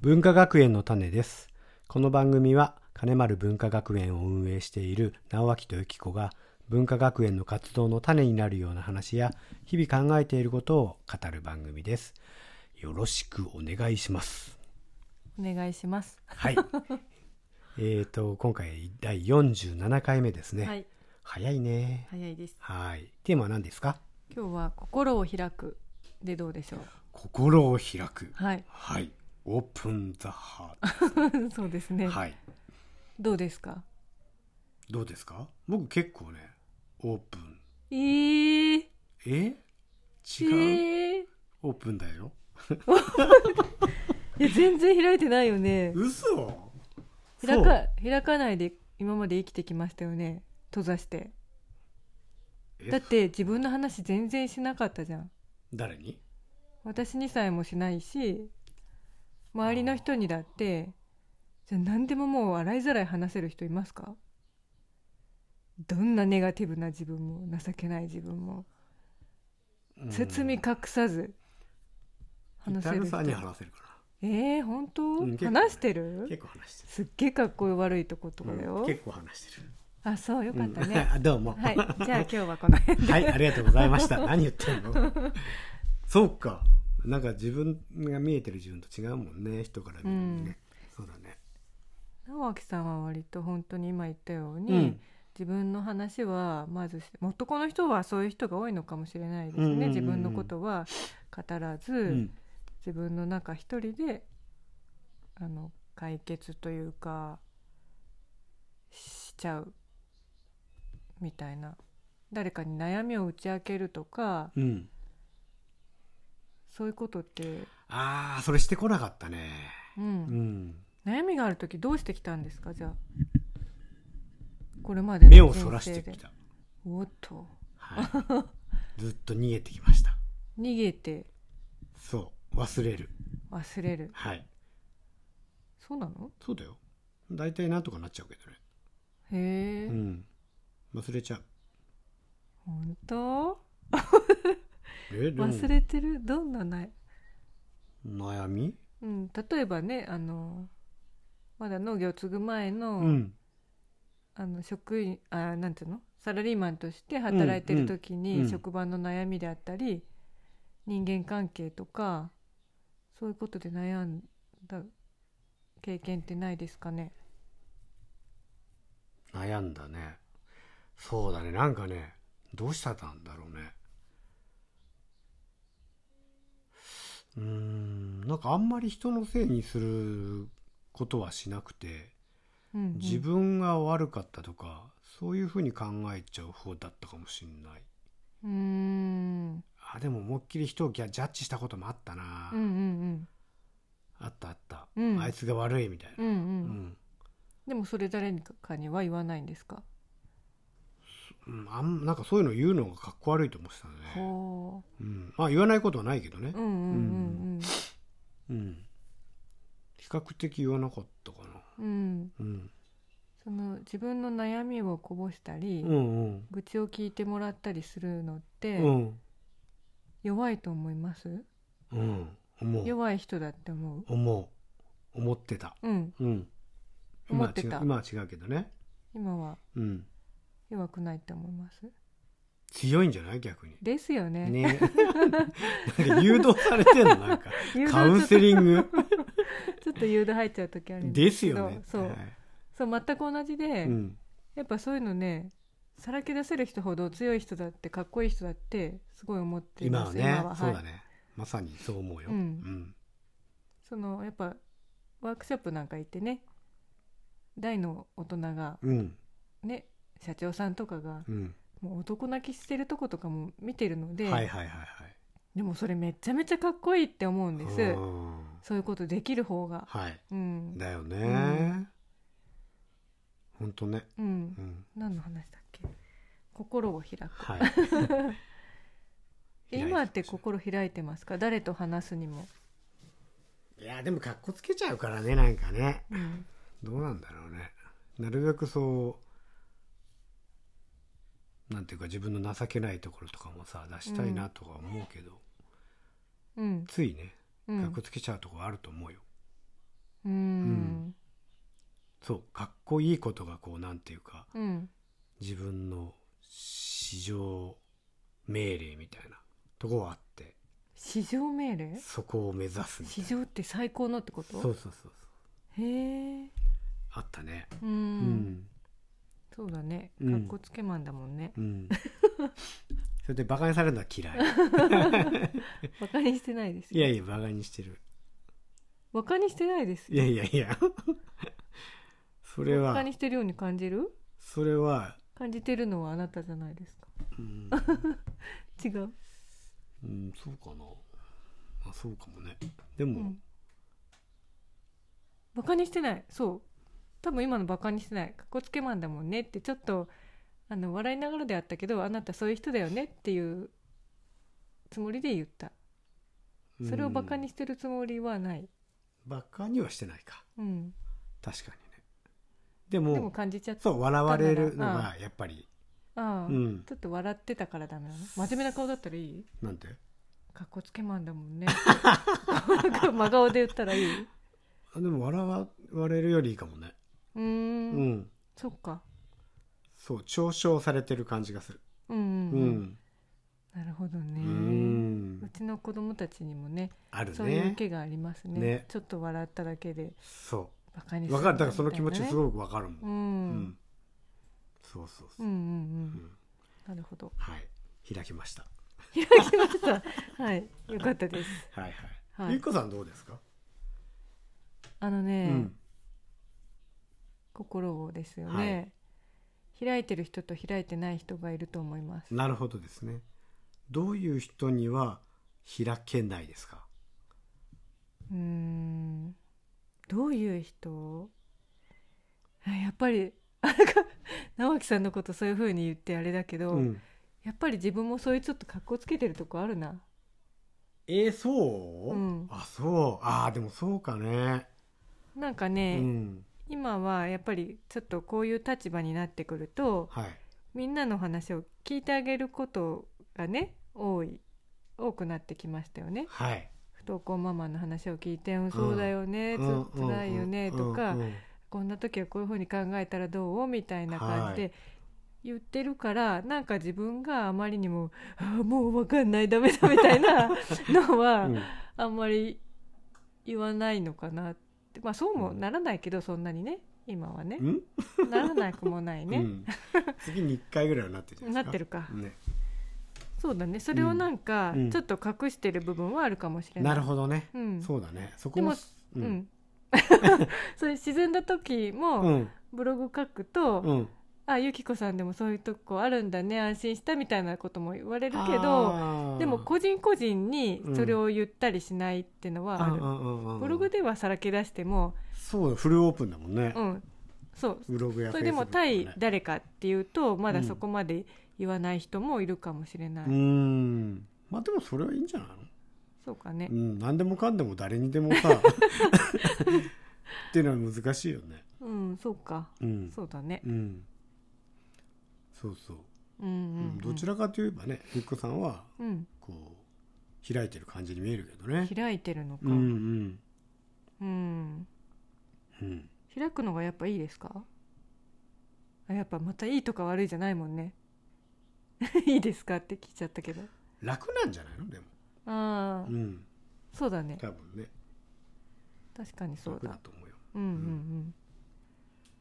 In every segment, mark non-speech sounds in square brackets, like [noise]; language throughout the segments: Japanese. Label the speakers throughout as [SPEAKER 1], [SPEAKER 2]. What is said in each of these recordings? [SPEAKER 1] 文化学園の種です。この番組は金丸文化学園を運営している直脇とゆき子が文化学園の活動の種になるような話や日々考えていることを語る番組です。よろしくお願いします。
[SPEAKER 2] お願いします。 [laughs]
[SPEAKER 1] はい。えっと、今回第47回目ですね。
[SPEAKER 2] はい、
[SPEAKER 1] 早いね。
[SPEAKER 2] 早いです。
[SPEAKER 1] はい。テーマは何ですか
[SPEAKER 2] 今日は心を開くでどうでしょう。
[SPEAKER 1] 心を開く。
[SPEAKER 2] はい、 [laughs]
[SPEAKER 1] はい。オープンザハ
[SPEAKER 2] そうです
[SPEAKER 1] ー
[SPEAKER 2] ね。
[SPEAKER 1] ト。はい。
[SPEAKER 2] どうですか。
[SPEAKER 1] どうですか僕結構ね、オープン。
[SPEAKER 2] えー、
[SPEAKER 1] え
[SPEAKER 2] え
[SPEAKER 1] 違う、
[SPEAKER 2] ー
[SPEAKER 1] オープンだよ。
[SPEAKER 2] いや全然開いてないよね。
[SPEAKER 1] 嘘
[SPEAKER 2] 開
[SPEAKER 1] そ
[SPEAKER 2] か
[SPEAKER 1] う
[SPEAKER 2] 開かないで今まで生きてきましたよね。閉ざして。
[SPEAKER 1] え
[SPEAKER 2] だって自分の話全然しなかったじゃん。
[SPEAKER 1] 誰に
[SPEAKER 2] 私にさえもしないし、周りの人にだって。じゃあ何でももう洗いざらい話せる人いますかどんなネガティブな自分も情けない自分も
[SPEAKER 1] うん
[SPEAKER 2] 包み隠さず話せ
[SPEAKER 1] イタ
[SPEAKER 2] る
[SPEAKER 1] ル
[SPEAKER 2] 人
[SPEAKER 1] さんに話せるか
[SPEAKER 2] えー、本当、
[SPEAKER 1] ん結構
[SPEAKER 2] 話して
[SPEAKER 1] な。
[SPEAKER 2] る
[SPEAKER 1] 結構話して
[SPEAKER 2] すっげえかっこ悪いとことか
[SPEAKER 1] る。
[SPEAKER 2] だ
[SPEAKER 1] う
[SPEAKER 2] よ
[SPEAKER 1] ん、結構話してる。
[SPEAKER 2] あそうよかったね、
[SPEAKER 1] うん [laughs] どうも。
[SPEAKER 2] はいじゃあ今日はこの辺
[SPEAKER 1] [laughs]
[SPEAKER 2] で [laughs]
[SPEAKER 1] はい、ありがとうございました。何言ってんのそうか。なんか自分が見えてる自分と違うもんね、人から見るのね。そうだね。
[SPEAKER 2] 直樹さんは割と本当に今言ったように、
[SPEAKER 1] うん
[SPEAKER 2] 自分の話はまずし男の人はそういう人が多いのかもしれないで
[SPEAKER 1] う
[SPEAKER 2] すね、
[SPEAKER 1] んうんうんうん
[SPEAKER 2] 自分のことは語らず、
[SPEAKER 1] うん。
[SPEAKER 2] 自分の中一人であの解決というかしちゃうみたいな誰かに悩みを打ち明けるとか
[SPEAKER 1] うん。
[SPEAKER 2] そういうことって、
[SPEAKER 1] ああ、それしてこなかったね。
[SPEAKER 2] う、
[SPEAKER 1] うんん。
[SPEAKER 2] 悩みがある時どうしてきたんですかじゃあこれまで
[SPEAKER 1] 目
[SPEAKER 2] の
[SPEAKER 1] を
[SPEAKER 2] 人生で
[SPEAKER 1] そらしてきた。
[SPEAKER 2] おっと
[SPEAKER 1] はい、ずっと逃げてきました。
[SPEAKER 2] 逃げて
[SPEAKER 1] そう、忘れる。
[SPEAKER 2] 忘れる
[SPEAKER 1] はい。
[SPEAKER 2] そうなの
[SPEAKER 1] そうだよ。大体なんとかなっちゃうけどね。
[SPEAKER 2] へえ、
[SPEAKER 1] うん。忘れちゃう。
[SPEAKER 2] 本当
[SPEAKER 1] え、でも
[SPEAKER 2] 忘れてるどんなない
[SPEAKER 1] 悩み
[SPEAKER 2] うん、例えばねあのまだ農業を継ぐ前の,、
[SPEAKER 1] うん。
[SPEAKER 2] あの職員あなんていうのサラリーマンとして働いてる時
[SPEAKER 1] うんう
[SPEAKER 2] に
[SPEAKER 1] ん
[SPEAKER 2] 職場の悩みであったり、人間関係とかそういうことで悩んだ経験ってないですかね
[SPEAKER 1] 悩んだね。そうだね。なんかね、どうしたたんだろうね。うーん、なんかあんまり人のせいにすることはしなくて、
[SPEAKER 2] うんうん、
[SPEAKER 1] 自分が悪かったとか、そういうふうに考えちゃう方だったかもしんない。
[SPEAKER 2] うーん
[SPEAKER 1] あでも思いっきり人をギャジャッジしたこともあったな、
[SPEAKER 2] うんうん
[SPEAKER 1] あったあった、
[SPEAKER 2] うん
[SPEAKER 1] あいつが悪いみたい
[SPEAKER 2] うんう
[SPEAKER 1] な、う
[SPEAKER 2] んうん
[SPEAKER 1] ん
[SPEAKER 2] でもそれ誰かには言わないんですか、
[SPEAKER 1] うんあんなんかそういうの言うのがかっこ悪いと思ってたね、
[SPEAKER 2] ほ
[SPEAKER 1] うん、まあ言わないことはないけどね
[SPEAKER 2] ううんうん
[SPEAKER 1] う
[SPEAKER 2] うん
[SPEAKER 1] ん、比較的言わなかったかな、
[SPEAKER 2] うん、うん、
[SPEAKER 1] うん、
[SPEAKER 2] その自分の悩みをこぼしたり、
[SPEAKER 1] うんうん
[SPEAKER 2] 愚痴を聞いてもらったりするのって
[SPEAKER 1] うん
[SPEAKER 2] 弱いと思います
[SPEAKER 1] うん思う
[SPEAKER 2] 弱い人だって思う
[SPEAKER 1] 思う思ってた
[SPEAKER 2] うん
[SPEAKER 1] うん今
[SPEAKER 2] 思
[SPEAKER 1] は
[SPEAKER 2] って
[SPEAKER 1] 違う
[SPEAKER 2] た
[SPEAKER 1] 今は違うけどね
[SPEAKER 2] 今は
[SPEAKER 1] うん
[SPEAKER 2] 弱くないって思います
[SPEAKER 1] 強いんじゃない逆に
[SPEAKER 2] ですよね
[SPEAKER 1] ね [laughs] なんか誘導されてんのなんか
[SPEAKER 2] [laughs] 誘導
[SPEAKER 1] カウンセリング
[SPEAKER 2] ちょっと誘導入っちゃう時あるん
[SPEAKER 1] です
[SPEAKER 2] けど
[SPEAKER 1] よね
[SPEAKER 2] そう、そう全く同じで、
[SPEAKER 1] うん、
[SPEAKER 2] やっぱそういうのねさらけ出せる人ほど強い人だってかっこいい人だってすごい思ってい
[SPEAKER 1] 今
[SPEAKER 2] ま
[SPEAKER 1] は
[SPEAKER 2] す
[SPEAKER 1] ねそうだ
[SPEAKER 2] い、
[SPEAKER 1] ね、まさにそう思うよ、
[SPEAKER 2] うん
[SPEAKER 1] うん
[SPEAKER 2] そのやっぱワークショップなんか行ってね大の大人が
[SPEAKER 1] うん
[SPEAKER 2] ね社長さんとかが
[SPEAKER 1] うん
[SPEAKER 2] もう男泣きしてるとことかも見てるので、
[SPEAKER 1] はいはいはいはい
[SPEAKER 2] でもそれめちゃめちゃかっこいいって思うんです、
[SPEAKER 1] うん
[SPEAKER 2] そういうことできる方が
[SPEAKER 1] はい
[SPEAKER 2] うん、
[SPEAKER 1] だよね、
[SPEAKER 2] うん
[SPEAKER 1] ほんとね、
[SPEAKER 2] うん
[SPEAKER 1] う、ん、
[SPEAKER 2] 何の話だっけ心を開く [laughs]
[SPEAKER 1] はい
[SPEAKER 2] え今って心開いてますか誰と話すにも、
[SPEAKER 1] いやでもかっこつけちゃうからねなんかね
[SPEAKER 2] うん、
[SPEAKER 1] どうなんだろうねなるべくそうなんていうか自分の情けないところとかもさ出したいなとか思うけど、
[SPEAKER 2] うん
[SPEAKER 1] ついね
[SPEAKER 2] う
[SPEAKER 1] かっ
[SPEAKER 2] ん
[SPEAKER 1] こつけちゃうとこあると思うよ、
[SPEAKER 2] うんうん
[SPEAKER 1] そうかっこいいことがこうなんていうか
[SPEAKER 2] うん
[SPEAKER 1] 自分の市場命令みたいなとこはあって
[SPEAKER 2] 市場命令
[SPEAKER 1] そこを目指すみたい
[SPEAKER 2] 市
[SPEAKER 1] な
[SPEAKER 2] 場って最高のってこ
[SPEAKER 1] そうそう
[SPEAKER 2] と
[SPEAKER 1] そうそう
[SPEAKER 2] へえ
[SPEAKER 1] あったね
[SPEAKER 2] うん、
[SPEAKER 1] うん
[SPEAKER 2] そうだね
[SPEAKER 1] うん
[SPEAKER 2] かっこつけマンだもんね、
[SPEAKER 1] うん、 [laughs] それでバカにされるのは嫌
[SPEAKER 2] [laughs]
[SPEAKER 1] い
[SPEAKER 2] バカにしてないです
[SPEAKER 1] いやいやバカにしてる
[SPEAKER 2] バカにしてないです
[SPEAKER 1] いやいやいや [laughs] それ
[SPEAKER 2] バカ
[SPEAKER 1] は
[SPEAKER 2] にしてるように感じる
[SPEAKER 1] それは、
[SPEAKER 2] 感じてるのはあなたじゃないですか
[SPEAKER 1] うん、
[SPEAKER 2] 違う
[SPEAKER 1] うん、そうかなあそうかもねでも、
[SPEAKER 2] うんバカにしてないそう多分今のバカにしてないかっこつけマンだもんねってちょっとあの笑いながらであったけどあなたそういう人だよねっていうつもりで言った
[SPEAKER 1] うん
[SPEAKER 2] それをバカにしてるつもりはない、
[SPEAKER 1] バカにはしてないか
[SPEAKER 2] うん、
[SPEAKER 1] 確かにねでも
[SPEAKER 2] でも感じちゃった
[SPEAKER 1] そう笑われるの
[SPEAKER 2] だから
[SPEAKER 1] がやっぱり
[SPEAKER 2] ああ、
[SPEAKER 1] うん
[SPEAKER 2] ちょっと笑ってたからダメなの真面目な顔だったらいい
[SPEAKER 1] なんて
[SPEAKER 2] かっこつけマンだもんねなんか [laughs] 真顔で言ったらいいう
[SPEAKER 1] あでも笑われるよりいいかもね
[SPEAKER 2] ー
[SPEAKER 1] うんん、
[SPEAKER 2] そっか
[SPEAKER 1] そう嘲笑されてる感じがする
[SPEAKER 2] うん、
[SPEAKER 1] う
[SPEAKER 2] うんうん、
[SPEAKER 1] ん
[SPEAKER 2] なるほど
[SPEAKER 1] う
[SPEAKER 2] ね、うんちの子供たちにもね
[SPEAKER 1] ある
[SPEAKER 2] そういう
[SPEAKER 1] ね
[SPEAKER 2] 受けがありますね
[SPEAKER 1] ね
[SPEAKER 2] ちょっと笑っただけで
[SPEAKER 1] そ
[SPEAKER 2] バカに
[SPEAKER 1] う
[SPEAKER 2] する
[SPEAKER 1] わかるだからその気持ちす
[SPEAKER 2] い
[SPEAKER 1] ごくわかるもん
[SPEAKER 2] う、
[SPEAKER 1] うんそうそう
[SPEAKER 2] う
[SPEAKER 1] そ
[SPEAKER 2] ん、うんう
[SPEAKER 1] う、うんん
[SPEAKER 2] なるほど
[SPEAKER 1] はい開きました
[SPEAKER 2] 開きましたはいよかったです
[SPEAKER 1] はいはい、
[SPEAKER 2] はい
[SPEAKER 1] ゆっこさんどうですか、
[SPEAKER 2] あのね、
[SPEAKER 1] うん
[SPEAKER 2] 心をですよね、開いてる人と開いてない人がいると思います
[SPEAKER 1] なるほどですねどういう人には開けないですか
[SPEAKER 2] うーんどういう人あやっぱりあなんか直樹さんのことそういう風に言ってあれだけど、
[SPEAKER 1] うん
[SPEAKER 2] やっぱり自分もそういうちょっと格好つけてるとこあるな
[SPEAKER 1] えー、そう、
[SPEAKER 2] うん
[SPEAKER 1] あそうあーでもそうかね、
[SPEAKER 2] なんかね、
[SPEAKER 1] うん
[SPEAKER 2] 今はやっぱりちょっとこういう立場になってくると
[SPEAKER 1] はい
[SPEAKER 2] みんなの話を聞いてあげることがね多い多くなってきましたよね
[SPEAKER 1] はい
[SPEAKER 2] 不登校ママの話を聞いて「うんそうだよね、つ
[SPEAKER 1] うん
[SPEAKER 2] 辛いよね」とか、
[SPEAKER 1] うんうん
[SPEAKER 2] こんな時はこういうふうに考えたらどうみたいな感じ
[SPEAKER 1] は
[SPEAKER 2] で言ってるから、なんか自分があまりにも [laughs] 「あーもう分かんないダメだ」みたい
[SPEAKER 1] [laughs]
[SPEAKER 2] なのは、
[SPEAKER 1] うん
[SPEAKER 2] あんまり言わないのかなってまあそうもならないけど、そんなにね今はね
[SPEAKER 1] うん
[SPEAKER 2] ならなくもないうね、
[SPEAKER 1] [laughs] ん次に1回ぐ
[SPEAKER 2] [laughs]
[SPEAKER 1] らいはなってるじゃな
[SPEAKER 2] ないっ
[SPEAKER 1] ですか
[SPEAKER 2] てるか
[SPEAKER 1] ね、
[SPEAKER 2] そうだねそれをなんか
[SPEAKER 1] うん
[SPEAKER 2] ちょっと隠してる部分はあるかもしれない、
[SPEAKER 1] なるほどね、
[SPEAKER 2] ど、うん、
[SPEAKER 1] そうだねそこも
[SPEAKER 2] でう、ん [laughs] そういう沈んだ時
[SPEAKER 1] う
[SPEAKER 2] も
[SPEAKER 1] ん
[SPEAKER 2] ブログ書くと、
[SPEAKER 1] うん
[SPEAKER 2] あゆきこさんでもそういうとこあるんだね安心したみたいなことも言われるけど
[SPEAKER 1] ど
[SPEAKER 2] でも個人個人にそれを言ったりしないってのはある、ブログではさらけ出しても
[SPEAKER 1] そうだフルオープンだもんね、
[SPEAKER 2] うんそう
[SPEAKER 1] ブログや
[SPEAKER 2] それでも
[SPEAKER 1] Facebook
[SPEAKER 2] 対
[SPEAKER 1] ね
[SPEAKER 2] 誰かっていうとまだそこまで言わない人もいるかもしれない、
[SPEAKER 1] うーんまあでもそれはいいんじゃないの
[SPEAKER 2] そうかね
[SPEAKER 1] うん何でもかんでも誰にでも
[SPEAKER 2] [laughs]
[SPEAKER 1] さっていうのは難しいよね
[SPEAKER 2] うん、そうか
[SPEAKER 1] うん
[SPEAKER 2] そうだね
[SPEAKER 1] うんそうそう、
[SPEAKER 2] う
[SPEAKER 1] う、
[SPEAKER 2] んうんうん
[SPEAKER 1] ん、どちらかといえばねゆっこさんは
[SPEAKER 2] うん
[SPEAKER 1] こう開いてる感じに見えるけどね
[SPEAKER 2] 開いてるのか
[SPEAKER 1] うんうん
[SPEAKER 2] うん
[SPEAKER 1] うん
[SPEAKER 2] 開くのがやっぱいいですかあやっぱまたいいとか悪いじゃないもんね [laughs] いいですかって聞いちゃったけど
[SPEAKER 1] 楽なんじゃないのでも
[SPEAKER 2] ああ、
[SPEAKER 1] うん
[SPEAKER 2] そうだね
[SPEAKER 1] 多分ね
[SPEAKER 2] 確かにそう
[SPEAKER 1] 楽だ
[SPEAKER 2] だ
[SPEAKER 1] と思うよ
[SPEAKER 2] うんうんうん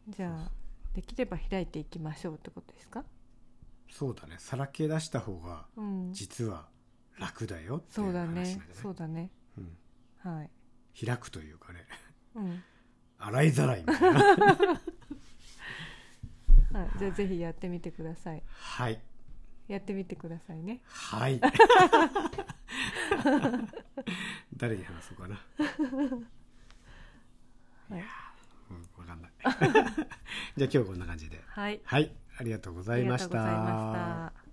[SPEAKER 2] じゃ
[SPEAKER 1] そう
[SPEAKER 2] あできれば開いていきましょうってことですか
[SPEAKER 1] そうだねさらけ出した方が
[SPEAKER 2] うん
[SPEAKER 1] 実は楽だよってい
[SPEAKER 2] そううだ
[SPEAKER 1] 話なんじゃ
[SPEAKER 2] ね
[SPEAKER 1] ない
[SPEAKER 2] そうだね
[SPEAKER 1] うん
[SPEAKER 2] はい、
[SPEAKER 1] 開くというかね
[SPEAKER 2] うん
[SPEAKER 1] 洗いざらいみたい
[SPEAKER 2] [laughs]
[SPEAKER 1] な
[SPEAKER 2] はい、じゃあぜひやってみてください
[SPEAKER 1] はい
[SPEAKER 2] やってみてくださいね
[SPEAKER 1] はい [laughs] 誰に話そうかな、
[SPEAKER 2] はい
[SPEAKER 1] いやーうん、分かんない [laughs] じゃあ今日こんな感じで
[SPEAKER 2] はい
[SPEAKER 1] はいありがとうございました
[SPEAKER 2] ありがとうございました